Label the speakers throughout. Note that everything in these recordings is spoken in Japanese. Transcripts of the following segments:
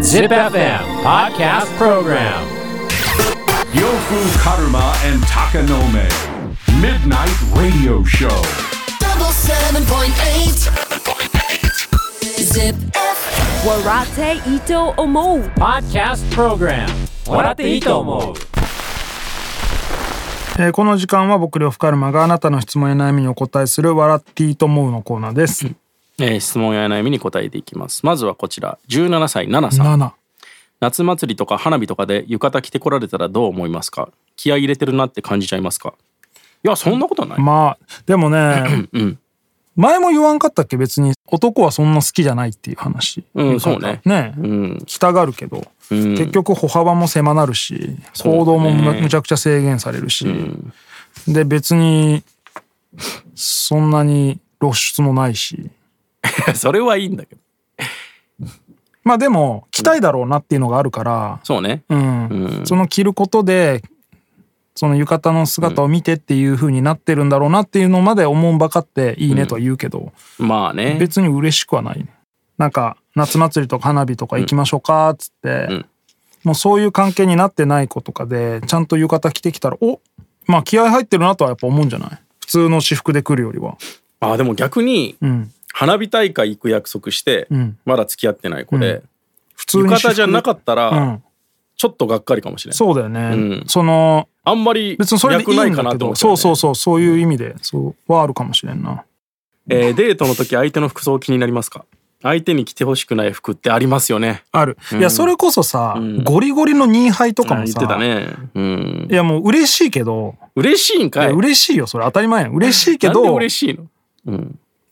Speaker 1: Zip FM Podcast Program
Speaker 2: Yofu Karuma and Takanome. Midnight Radio Show.
Speaker 3: double seven point eight. Zip.
Speaker 4: Warate Ito Omo.
Speaker 1: Podcast Program 笑っていいと思う
Speaker 5: えーこの時間は僕呂布カルマがあなたの質問や悩みにお答えする「笑っていいと思う」のコーナーです。
Speaker 6: えー質問や悩みに答えていきますまずはこちら17歳ナナさん
Speaker 5: 7
Speaker 6: 夏祭りとか花火とかで浴衣着てこられたらどう思いますか気合い入れてるなって感じちゃいますかいやそんなことない、
Speaker 5: まあでもね、前も言わんかったっけ別に男はそんな好きじゃないっていう話。
Speaker 6: うんそうね
Speaker 5: ねえ、
Speaker 6: うん
Speaker 5: 着たがるけど、結局歩幅も狭なるし
Speaker 6: うね
Speaker 5: 行動もむ,、ちゃくちゃ制限されるし、で別にそんなに露出もないし。
Speaker 6: それはいいんだけど
Speaker 5: まあでも着たいだろうなっていうのがあるから、
Speaker 6: そうね、
Speaker 5: うん、その着ることでその浴衣の姿を見てっていう風になってるんだろうなっていうのまで思うばかっていいねとは言うけど、
Speaker 6: まあね
Speaker 5: 別に嬉しくはないねなんか夏祭りとか花火とか行きましょうかっつって、もうそういう関係になってない子とかでちゃんと浴衣着てきたらおまあ気合入ってるなとはやっぱ思うんじゃない普通の私服で来るよりは
Speaker 6: あでも逆に、
Speaker 5: ん
Speaker 6: 花火大会行く約束して、
Speaker 5: ん
Speaker 6: まだ付き合ってない子で、
Speaker 5: 普通
Speaker 6: 浴
Speaker 5: に私服
Speaker 6: 衣じゃなかったら、
Speaker 5: うん
Speaker 6: ちょっとがっかりかもしれない
Speaker 5: そうだよね、
Speaker 6: ん
Speaker 5: その
Speaker 6: あんまり
Speaker 5: 別にそれでい
Speaker 6: 脈
Speaker 5: い
Speaker 6: ない
Speaker 5: ん
Speaker 6: か
Speaker 5: だ
Speaker 6: なと
Speaker 5: けど、
Speaker 6: 思って、
Speaker 5: そうそうそうそういう意味でそうはあるかもしれんな
Speaker 6: えーデートの時相手の服装気になりますか相手に着てほしくない服ってありますよね
Speaker 5: ある。いや、それこそさ、
Speaker 6: ん
Speaker 5: ゴリゴリのニーハイとか
Speaker 6: 言
Speaker 5: も
Speaker 6: っ
Speaker 5: さ、
Speaker 6: てたねうん
Speaker 5: いや、もう嬉しいけど、
Speaker 6: 嬉しいん
Speaker 5: い
Speaker 6: か
Speaker 5: や
Speaker 6: い
Speaker 5: 嬉しいよ、それ当たり前やん嬉しいけ
Speaker 6: なんで
Speaker 5: ど、
Speaker 6: 嬉しいの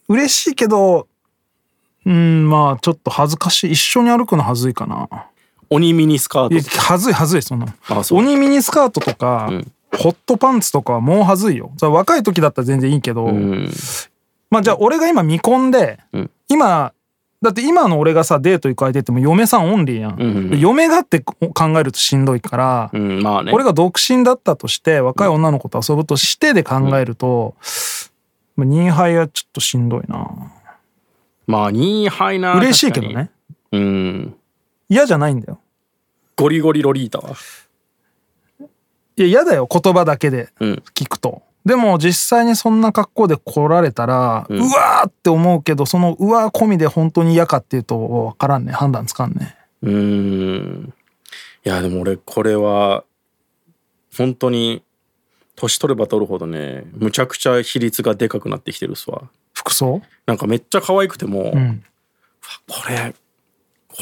Speaker 5: 嬉しいけど、うん、まあ、ちょっと恥ずかしい。一緒に歩くの恥ずいかな。
Speaker 6: 鬼ミニスカ
Speaker 5: いや
Speaker 6: ート、
Speaker 5: 恥ずい、恥ずい、そんなの
Speaker 6: あそう
Speaker 5: 鬼ミニスカートとか、ホットパンツとかはもう恥ずいよ。それ若い時だったら全然いいけど、
Speaker 6: うん、
Speaker 5: まあ、じゃあ俺が今未婚で、
Speaker 6: ん
Speaker 5: 今、だって今の俺がさデート行く相手ってもう嫁さんオンリーやん、
Speaker 6: んうん
Speaker 5: で嫁がって考えるとしんどいから、
Speaker 6: うん、まあね
Speaker 5: 俺が独身だったとして若い女の子と遊ぶとしてで考えると、まあニーハイはちょっとしんどいな
Speaker 6: まあニーハイな
Speaker 5: 嬉しいけどね
Speaker 6: 確かにうん
Speaker 5: 嫌じゃないんだよ
Speaker 6: ゴリゴリロリータは、
Speaker 5: いや嫌だよ言葉だけで
Speaker 6: うん、
Speaker 5: 聞くと、でも実際にそんな格好で来られたら、うわーって思うけどそのうわー込みで本当に嫌かっていうと分からんね判断つかんね
Speaker 6: うーんいやでも俺これは本当に年取れば取るほどねむちゃくちゃ比率がでかくなってきてるっすわ
Speaker 5: 服装
Speaker 6: なんかめっちゃ可愛くても、
Speaker 5: うん
Speaker 6: これ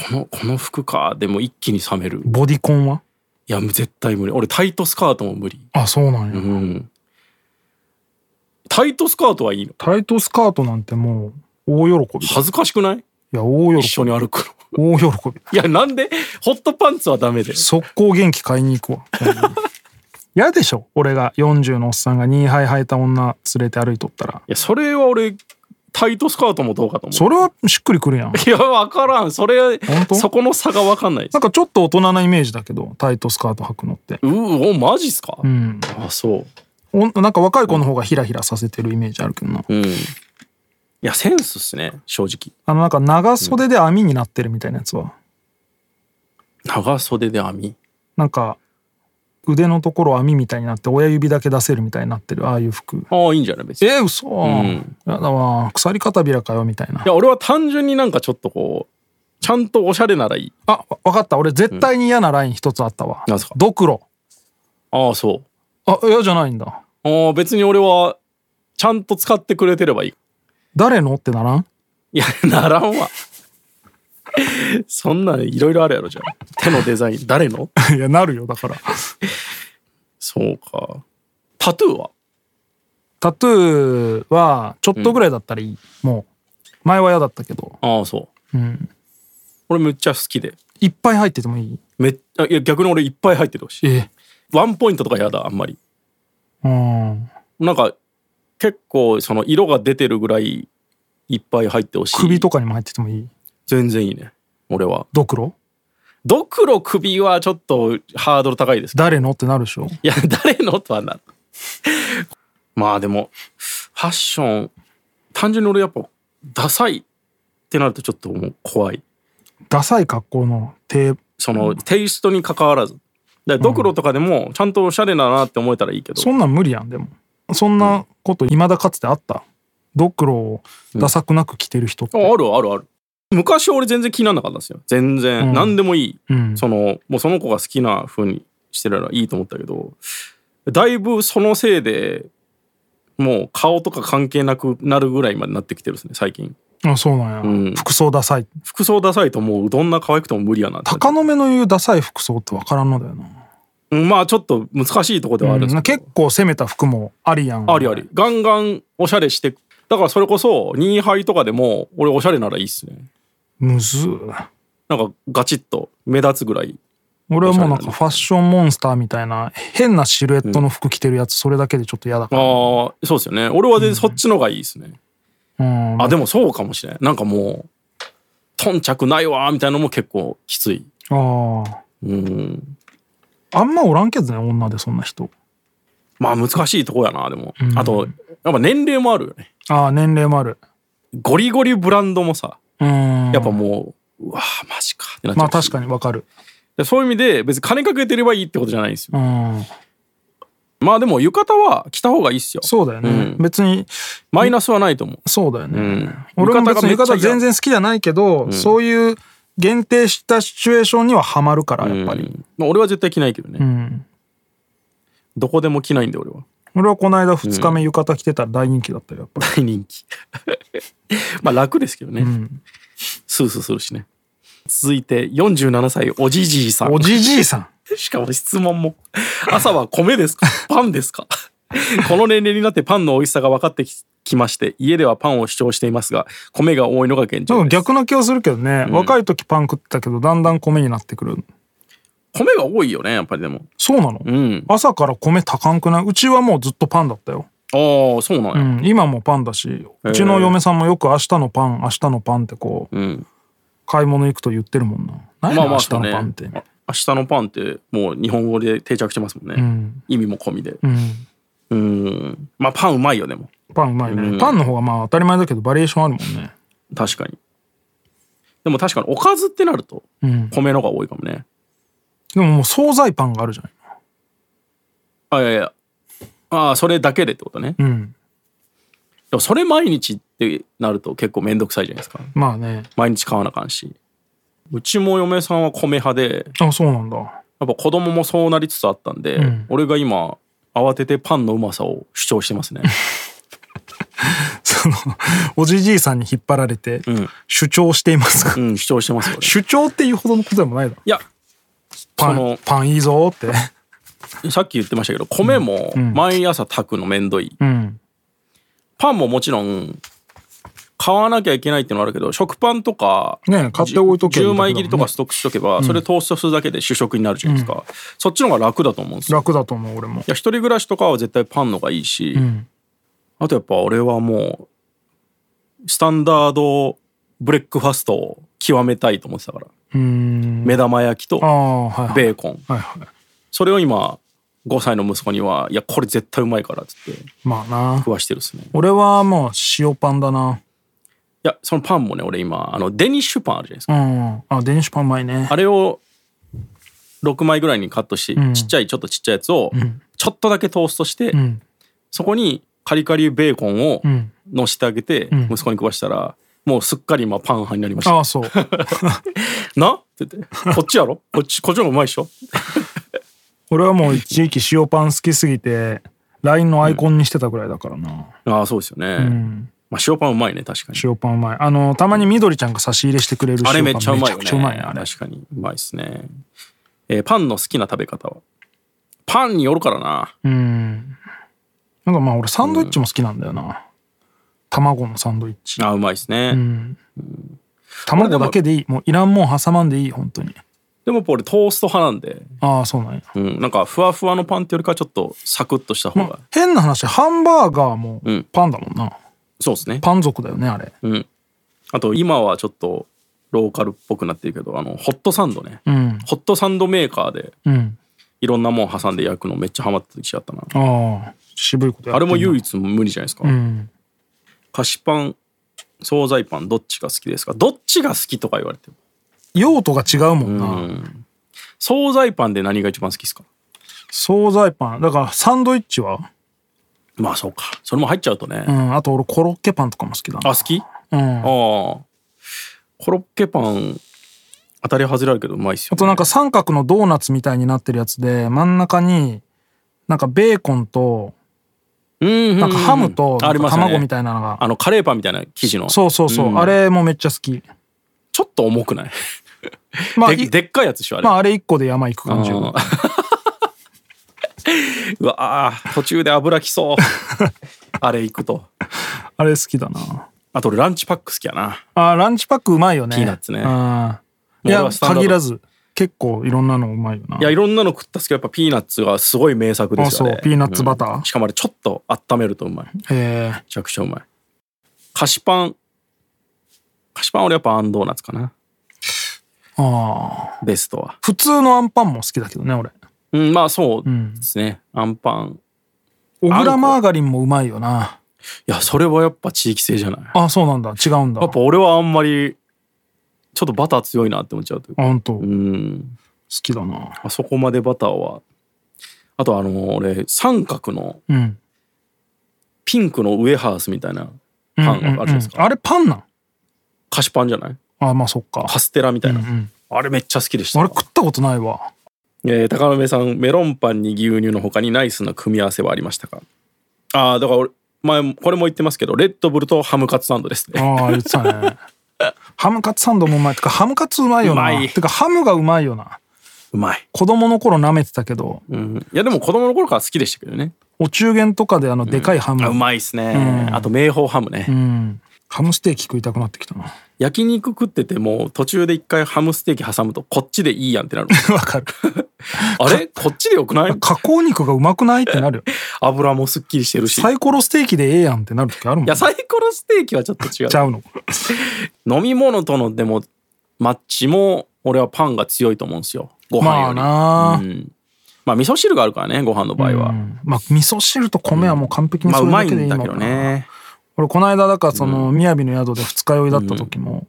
Speaker 6: このこの服かでも一気に冷めるい
Speaker 5: ボディコンは
Speaker 6: や絶対無理俺タイトスカートも無理
Speaker 5: あそうなんや、
Speaker 6: うんタイトスカートはいいの
Speaker 5: タイトスカートなんてもう大喜びだい
Speaker 6: 恥ずかしくない
Speaker 5: や大
Speaker 6: 一
Speaker 5: 喜
Speaker 6: 緒に歩くの
Speaker 5: び大喜び
Speaker 6: いやなんでホットパンツはダメで
Speaker 5: 速攻元気買いに行くわ。 嫌でしょ俺が40のおっさんがニーハイ履いた女連れて歩いとったら。
Speaker 6: いやそれは俺タイトスカートもどうかと思う
Speaker 5: それはしっくりくるやん。
Speaker 6: いや、わからん。それ
Speaker 5: 本、当
Speaker 6: そこの差がわかんないです
Speaker 5: なんかちょっと大人なイメージだけど、タイトスカート履くのって。
Speaker 6: ううお、マジっすか、
Speaker 5: うん。
Speaker 6: あ、そう。
Speaker 5: おなんか若い子の方がヒラヒラさせてるイメージあるけどな。
Speaker 6: うん。いや、センスっすね、正直。
Speaker 5: あのなんか長袖で網になってるみたいなやつは。
Speaker 6: 長袖で編み。
Speaker 5: なんか腕のところ網みたいになって親指だけ出せるみたいになってるああいう服。
Speaker 6: ああ、いいんじゃない別に。い
Speaker 5: えー、嘘、やだわ。鎖片びらかよみたいな。
Speaker 6: や、俺は単純になんかちょっとこう、ちゃんとおしゃれならいい。
Speaker 5: あ、わかった。俺絶対に嫌なライン一つあったわ。
Speaker 6: なんすか
Speaker 5: ドクロ。
Speaker 6: ああ、そ
Speaker 5: あ、嫌じゃないんだ。
Speaker 6: う。ああ、別に俺は、ちゃんと使ってくれてればいい。
Speaker 5: 誰のってならん
Speaker 6: いや、ならんわ。そんなんいろいろあるやろじゃん。手のデザイン、誰の
Speaker 5: いや、なるよ、だから。
Speaker 6: そうか。タトゥーは
Speaker 5: タトゥーは、ちょっとぐらいだったらいい。もう。前は嫌だったけど。
Speaker 6: ああ、そう。
Speaker 5: ん
Speaker 6: 俺めっちゃ好きで。
Speaker 5: いっぱい入っててもいい
Speaker 6: めっあいや逆に俺いっぱい入っててほしい
Speaker 5: え
Speaker 6: ワンポイントとかやだあんまり
Speaker 5: うん。
Speaker 6: なんか結構その色が出てるぐらいいっぱい入ってほしい
Speaker 5: 首とかにも入っててもいい
Speaker 6: 全然いいね俺は
Speaker 5: ドクロ
Speaker 6: ドクロ首はちょっとハードル高いです
Speaker 5: 誰のってなるでしょ
Speaker 6: いや誰のとはなるまあでもファッション単純に俺やっぱダサいってなるとちょっともう怖い
Speaker 5: ダサい格好の定
Speaker 6: そのテイストに関わらずでドクロとかでもちゃんとおしゃれだなって思えたらいいけど、
Speaker 5: そんなん無理やんでもそんなこといまだかつてあったドクロをダサくなく着てる人って、
Speaker 6: ああるあるある昔俺全然気にならなかったんですよ全然、
Speaker 5: うん
Speaker 6: 何でもいい、
Speaker 5: うん
Speaker 6: そのもうその子が好きな風にしてるのはいいと思ったけどだいぶそのせいでもう顔とか関係なくなるぐらいまでなってきてるですね最近
Speaker 5: あそうなんや、
Speaker 6: うん
Speaker 5: 服装ダサい
Speaker 6: 服装ダサいともうどんな可愛くても無理やなって
Speaker 5: 鷹の目の言うダサい服装って分からんのだよな、
Speaker 6: うんまあちょっと難しいとこではあるんです
Speaker 5: うん
Speaker 6: けど、
Speaker 5: 結構攻めた服もありやん
Speaker 6: ありありガンガンおしゃれしてだからそれこそニーハイとかでも俺おしゃれならいいっすね
Speaker 5: むずっ
Speaker 6: なんかガチッと目立つぐらい
Speaker 5: 俺はもうな
Speaker 6: お
Speaker 5: ん
Speaker 6: しゃれだね
Speaker 5: かファッションモンスターみたいな変なシルエットの服着てるやつそれだけでちょっと嫌だから、
Speaker 6: ああそうですよね俺は全然そっちのがいいですね、
Speaker 5: うん、
Speaker 6: あでもそうかもしれないなんかもう頓着ないわーみたいなのも結構きつい
Speaker 5: あー
Speaker 6: うん
Speaker 5: あんまおらんけどね女でそんな人
Speaker 6: まあ難しいとこやなでも、あとやっぱ年齢もあるよね
Speaker 5: ああ年齢もある
Speaker 6: ゴリゴリブランドもさ
Speaker 5: うん
Speaker 6: やっぱもう、うわーマジかってなっちゃ
Speaker 5: ま
Speaker 6: う
Speaker 5: あ確か
Speaker 6: に
Speaker 5: にわかる
Speaker 6: そういう意味で別に金かけてればいいってことじゃないんですよ
Speaker 5: うん
Speaker 6: まあでも浴衣は着た方がいいっすよ
Speaker 5: そうだよね、
Speaker 6: うん
Speaker 5: 別に
Speaker 6: マイナスはないと思う
Speaker 5: そうだよね、
Speaker 6: うん
Speaker 5: 俺も別に浴衣全
Speaker 6: 然
Speaker 5: 然好きじゃないけど、そういう限定したシチュエーションにはハマるからやっぱり、
Speaker 6: まあ、俺は絶対着ないけどね、
Speaker 5: うん
Speaker 6: どこでも着ないんで俺は
Speaker 5: 俺はこの間2日目浴衣着てたら大人気だったよやっぱ
Speaker 6: 大
Speaker 5: り、
Speaker 6: 人気 まあ楽ですけどね、
Speaker 5: ん
Speaker 6: スースーするしね続いて47歳おじじいさん
Speaker 5: おじじいさん
Speaker 6: しかも質問も「朝は米です かパンですか? 」この年齢になってパンの美味しさが分かってききまして家ではパンを主張していますが米が多いのが現
Speaker 5: なん
Speaker 6: 状
Speaker 5: か
Speaker 6: です
Speaker 5: 逆な気はするけどね、若い時パン食ってたけどだんだん米になってくる
Speaker 6: 米が多いよねやっぱりでも
Speaker 5: そうなの、
Speaker 6: うん
Speaker 5: 朝から米たかんくないうちはもうずっとパンだったよ、
Speaker 6: ああそうなん
Speaker 5: う
Speaker 6: や
Speaker 5: ん、今もパンだしうちの嫁さんもよく明日のパン明日のパンってこ
Speaker 6: う
Speaker 5: う
Speaker 6: ん、
Speaker 5: 買い物行くと言ってるもんな何
Speaker 6: ま
Speaker 5: や
Speaker 6: あ
Speaker 5: ね
Speaker 6: ま
Speaker 5: ん明
Speaker 6: あ
Speaker 5: 日
Speaker 6: そ
Speaker 5: の
Speaker 6: うね
Speaker 5: パンって、
Speaker 6: あ明日のパンってもう日本語で定着してますもんね、
Speaker 5: うん
Speaker 6: 意味も込みで
Speaker 5: うん
Speaker 6: うんまあパンうまいよでも
Speaker 5: パンうまいね、
Speaker 6: うん
Speaker 5: パンの方がまあ当たり前だけどバリエーションあるもんね
Speaker 6: 確かにでも確かにおかずってなると
Speaker 5: うん
Speaker 6: 米のが多いかもね、
Speaker 5: でももう惣菜パンがあるじゃない
Speaker 6: あいやいやああそれだけでってことね、で
Speaker 5: うん
Speaker 6: もそれ毎日ってなると結構めんどくさいじゃないですか
Speaker 5: まあね
Speaker 6: 毎日買わなあかんしうちも嫁さんは米派で
Speaker 5: あそうなんだ
Speaker 6: やっぱ子供もそうなりつつあったんで、
Speaker 5: ん
Speaker 6: 俺が今慌ててパンのうまさを主張して ますね
Speaker 5: そのおじじいさんに引っ張られて
Speaker 6: ん
Speaker 5: 主張していますが、
Speaker 6: うん主張してますよ俺
Speaker 5: 主張っていうほどのことでもないだろ
Speaker 6: いや
Speaker 5: パ
Speaker 6: そ
Speaker 5: ン
Speaker 6: の
Speaker 5: パンいいぞって
Speaker 6: さっき言ってましたけど米も毎朝炊くのめんどい、
Speaker 5: うん
Speaker 6: パンももちろん買わなきゃいけないっていうのはあるけど食パンとか
Speaker 5: ねえ買って置いとけばいい
Speaker 6: 10
Speaker 5: んだけどね
Speaker 6: 枚切りとかストックしとけば、それトーストするだけで主食になるじゃないですか、そっちの方が楽だと思うんですよ
Speaker 5: 楽だと思う俺も
Speaker 6: いや一人暮らしとかは絶対パンのがいいし、
Speaker 5: ん
Speaker 6: あとやっぱ俺はもうスタンダードブレックファストを極めたいと思ってたから
Speaker 5: うーん
Speaker 6: 目玉焼きと
Speaker 5: ああはいはい
Speaker 6: ベーコン
Speaker 5: はいはい
Speaker 6: それを今5歳の息子には「いやこれ絶対うまいから」っつって
Speaker 5: まあな
Speaker 6: 食わしてるっすね
Speaker 5: 俺はもう塩パンだない
Speaker 6: やそのパンもね俺今あのデニッシュパンあるじゃないですか
Speaker 5: うんあ電子パンうまいね
Speaker 6: あれを6枚ぐらいにカットして、
Speaker 5: ん
Speaker 6: ちっちゃいちょっとちっちゃいやつをちょっとだけトーストして、
Speaker 5: ん
Speaker 6: そこにカリカリベーコンを
Speaker 5: ん
Speaker 6: のしてあげて、息子に食わしたらもうすっかり今パン派になりました
Speaker 5: ああそう
Speaker 6: 「な?」って言って「こっちやろこっちこっちの方がうまいっしょ
Speaker 5: 俺はもう一時期塩パン好きすぎて LINE のアイコンにしてたぐらいだからな、」
Speaker 6: ああそうですよね、まあ、塩パンうまいね確かに
Speaker 5: 塩パンうまいあのたまにみどりちゃんが差し入れしてくれる塩パ
Speaker 6: あ
Speaker 5: ン
Speaker 6: れめっちゃうまいよね
Speaker 5: めちゃくちゃうまいねあれ
Speaker 6: 確かにうまいっすね、えーパンの好きな食べ方はパンによるからな
Speaker 5: うんなんかまあ俺サンドイッチも好きなんだよな、卵のサンドイッチ
Speaker 6: あーうまいっすね、
Speaker 5: 卵だけでいいもういらんもん挟まんでいい本当に
Speaker 6: でもやっぱ俺トースト派なんで
Speaker 5: ああそうなんや、
Speaker 6: うん、なんかふわふわのパンってよりかはちょっとサクッとした方が、
Speaker 5: まあ、変な話ハンバーガーも
Speaker 6: ん
Speaker 5: パンだもんな、
Speaker 6: そうですね
Speaker 5: パン族だよねあれ
Speaker 6: うんあと今はちょっとローカルっぽくなってるけどあのホットサンドね、
Speaker 5: うん
Speaker 6: ホットサンドメーカーで
Speaker 5: うん
Speaker 6: いろんなもん挟んで焼くのめっちゃハマった時期あったな
Speaker 5: ああ渋いことや
Speaker 6: あれも唯
Speaker 5: 一
Speaker 6: 一無理じゃないですか、
Speaker 5: うん
Speaker 6: 菓子パン惣菜パンどっちが好きですかどっちが好きとか言われても
Speaker 5: 用途が違うもんな、
Speaker 6: 惣菜パンで何が一番好きですか
Speaker 5: 惣菜パンだからサンドイッチは
Speaker 6: まあそうかそれも入っちゃうとね、
Speaker 5: うんあと俺コロッケパンとかも好きだな
Speaker 6: あ好きうんああコロッケパン当たり外れあるけどうまいっすよ
Speaker 5: あとなんか三角のドーナツみたいになってるやつで真ん中になんかベーコンと
Speaker 6: うんうんうん
Speaker 5: なんかハムと
Speaker 6: ありますよね
Speaker 5: 卵みたいなのが
Speaker 6: あのカレーパンみたいな生地の
Speaker 5: そうそうそう、
Speaker 6: ん
Speaker 5: あれもめっちゃ好き
Speaker 6: ちょっと重くない
Speaker 5: まあ
Speaker 6: で
Speaker 5: い
Speaker 6: でっかいやつでしょあれ、
Speaker 5: まああれ一個で山行く感じ
Speaker 6: うん うわあ途中で油き そうあれ行くと
Speaker 5: あれ好きだな
Speaker 6: あと俺ランチパック好きやな
Speaker 5: あーランチパックうまいよね
Speaker 6: ピーナッツね
Speaker 5: うんい
Speaker 6: 俺
Speaker 5: や
Speaker 6: はスタンダード
Speaker 5: 限らず結構いろんなのうまいよない
Speaker 6: やいろんなの食ったっすけどやっぱピーナッツがすごい名作ですよ
Speaker 5: あ
Speaker 6: ね
Speaker 5: そうピーナッツバター
Speaker 6: うんしかもあれちょっと温めるとうまいめ
Speaker 5: えー
Speaker 6: ちゃくちゃうまい菓子パン菓子パン俺やっぱあんドーナツかな
Speaker 5: あー
Speaker 6: ベストは
Speaker 5: 普通のアンパンも好きだけどね俺
Speaker 6: うんまあそうですね、あんパン
Speaker 5: 小倉マーガリンもうまいよない
Speaker 6: やそれはやっぱ地域性じゃない
Speaker 5: あそうなんだ違うんだ
Speaker 6: やっぱ俺はあんまりちょっとバター強いなって思っちゃうという
Speaker 5: あ
Speaker 6: か
Speaker 5: 本当好
Speaker 6: うん
Speaker 5: きだな
Speaker 6: あそこまでバターはあとあの俺三角の
Speaker 5: うん
Speaker 6: ピンクのウエハースみたいなパンがあるじゃないですか、
Speaker 5: あれパンなん
Speaker 6: 菓子パンじゃない
Speaker 5: あまあそっか
Speaker 6: カステラみたいな、あれめっちゃ好きでした
Speaker 5: あれ食ったことないわ
Speaker 6: えー、高野目さんメロンパンに牛乳の他にナイスな組み合わせはありましたかああだから俺前これも言ってますけどレッドブルとハムカツサンドですね
Speaker 5: ああ言ってたねハムカツサンドもうまいてかハムカツうまいよな
Speaker 6: うまい
Speaker 5: てかハムがうまいよな
Speaker 6: うまい、
Speaker 5: 子供の頃舐めてたけど
Speaker 6: うん、いやでも子供の頃から好きでしたけどね
Speaker 5: お中元とかであのでかいハム、
Speaker 6: あうまいっすね、あと明宝ハムね、
Speaker 5: うんハムステーキ食いたくなってきた な
Speaker 6: 焼肉食ってても途中で一回ハムステーキ挟むとこっちでいいやんってなる
Speaker 5: わかる
Speaker 6: あれこっちでよくない
Speaker 5: 加工肉がうまくないってなるよ
Speaker 6: 油もすっきりしてるしい
Speaker 5: サイコロステーキでええやんってなる時あるもん
Speaker 6: やサイコロステーキはちょっと違う
Speaker 5: ちゃうの
Speaker 6: 飲み物とのでもマッチも俺はパンが強いと思うんですよご飯
Speaker 5: ま
Speaker 6: よ
Speaker 5: あ
Speaker 6: り、
Speaker 5: な、
Speaker 6: うん、まあ味噌汁があるからねご飯の場合は、
Speaker 5: うんまあ味噌汁と米はもう完璧に
Speaker 6: まあ
Speaker 5: そうれ
Speaker 6: ま
Speaker 5: だ
Speaker 6: い
Speaker 5: けでい
Speaker 6: ん
Speaker 5: いの
Speaker 6: だ
Speaker 5: か
Speaker 6: けど
Speaker 5: な
Speaker 6: ね
Speaker 5: 俺この間だからその雅の宿で二日酔いだった時も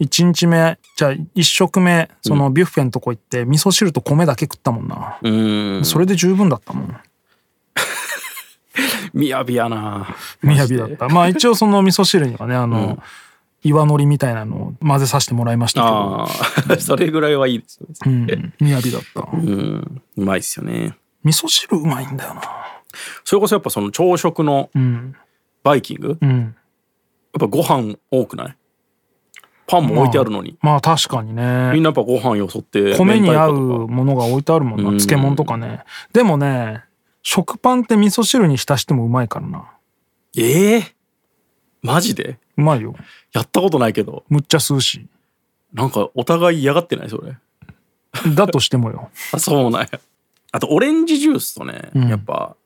Speaker 5: 1日目じゃあ1食目そのビュッフェのとこ行って味噌汁と米だけ食ったもんな
Speaker 6: うん
Speaker 5: それで十分だったもん
Speaker 6: みやびやな
Speaker 5: 雅だったまあ一応その味噌汁にはねあの岩のりみたいなのを混ぜさせてもらいましたけど
Speaker 6: ああ それぐらいはいいですよね
Speaker 5: うん雅だった
Speaker 6: うんうまいっすよね
Speaker 5: 味噌汁うまいんだよな
Speaker 6: それこそやっぱその朝食の
Speaker 5: うん
Speaker 6: バイキング、やっ
Speaker 5: うん
Speaker 6: ぱご飯多くないパンも置いてあるのに、
Speaker 5: まあ確かにね
Speaker 6: みんなやっぱご飯よそって
Speaker 5: 米に合
Speaker 6: 明太子と
Speaker 5: う
Speaker 6: か
Speaker 5: ものが置いてあるもんな
Speaker 6: うん
Speaker 5: 漬物とかねでもね食パンって味噌汁に浸してもうまいからな
Speaker 6: ええマジで
Speaker 5: うまいよ
Speaker 6: やったことないけど
Speaker 5: むっちゃ吸うし
Speaker 6: なんかお互い嫌がってないそれ
Speaker 5: だとしてもよ
Speaker 6: あ そうなんやあとオレンジジュースとね、
Speaker 5: ん
Speaker 6: やっぱ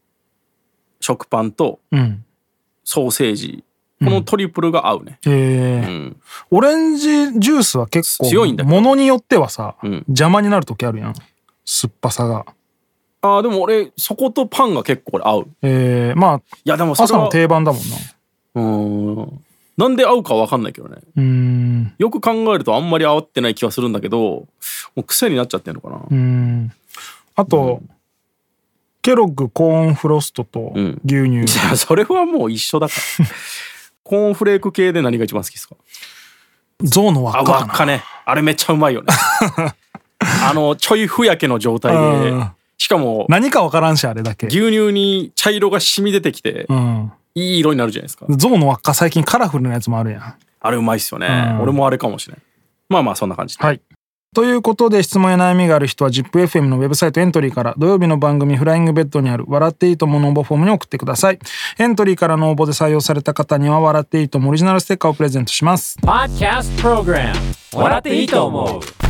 Speaker 6: 食パンと
Speaker 5: うん
Speaker 6: ソーセージこのトリプルが合うね、
Speaker 5: えー
Speaker 6: ん
Speaker 5: オレンジジュースは結構
Speaker 6: 強いんだけど
Speaker 5: ものによってはさ、
Speaker 6: ん
Speaker 5: 邪魔になる時あるやん酸っぱさが
Speaker 6: あーでも俺そことパンが結構これ合うい
Speaker 5: えー、まあ
Speaker 6: やでもそれ
Speaker 5: 朝の
Speaker 6: は
Speaker 5: 定番だもんな
Speaker 6: うーんなんで合うか分かんないけどね
Speaker 5: うーん
Speaker 6: よく考えるとあんまり合ってない気はするんだけどもう癖になっちゃってんのかな、
Speaker 5: うーんあと、ケロッグコーンフロストと
Speaker 6: ん
Speaker 5: 牛乳、
Speaker 6: じゃあ それはもう一緒だから コーンフレーク系で何が一番好きですか
Speaker 5: 象の輪っ
Speaker 6: あ
Speaker 5: かか
Speaker 6: 輪
Speaker 5: な
Speaker 6: っかねあれめっちゃうまいよ ねあのちょいふやけの状態で
Speaker 5: うん
Speaker 6: しかも
Speaker 5: 何かわからんしあれだけ
Speaker 6: 牛乳に茶色が染み出てきて
Speaker 5: うん
Speaker 6: いい色になるじゃないですか
Speaker 5: 象の輪っか最近カラフルなやつもあるやん
Speaker 6: あれうまいっすよね
Speaker 5: うん
Speaker 6: 俺もあれかもしれんまあまあそんな感じ
Speaker 5: はい。ということで質問や悩みがある人は ZIPFM のウェブサイトエントリーから土曜日の番組フライングベッドにある笑っていいともの応募フォームに送ってください。エントリーからの応募で採用された方には笑っていいともオリジナルステッカーをプレゼントします。
Speaker 1: Podcast Program 笑っていいと思う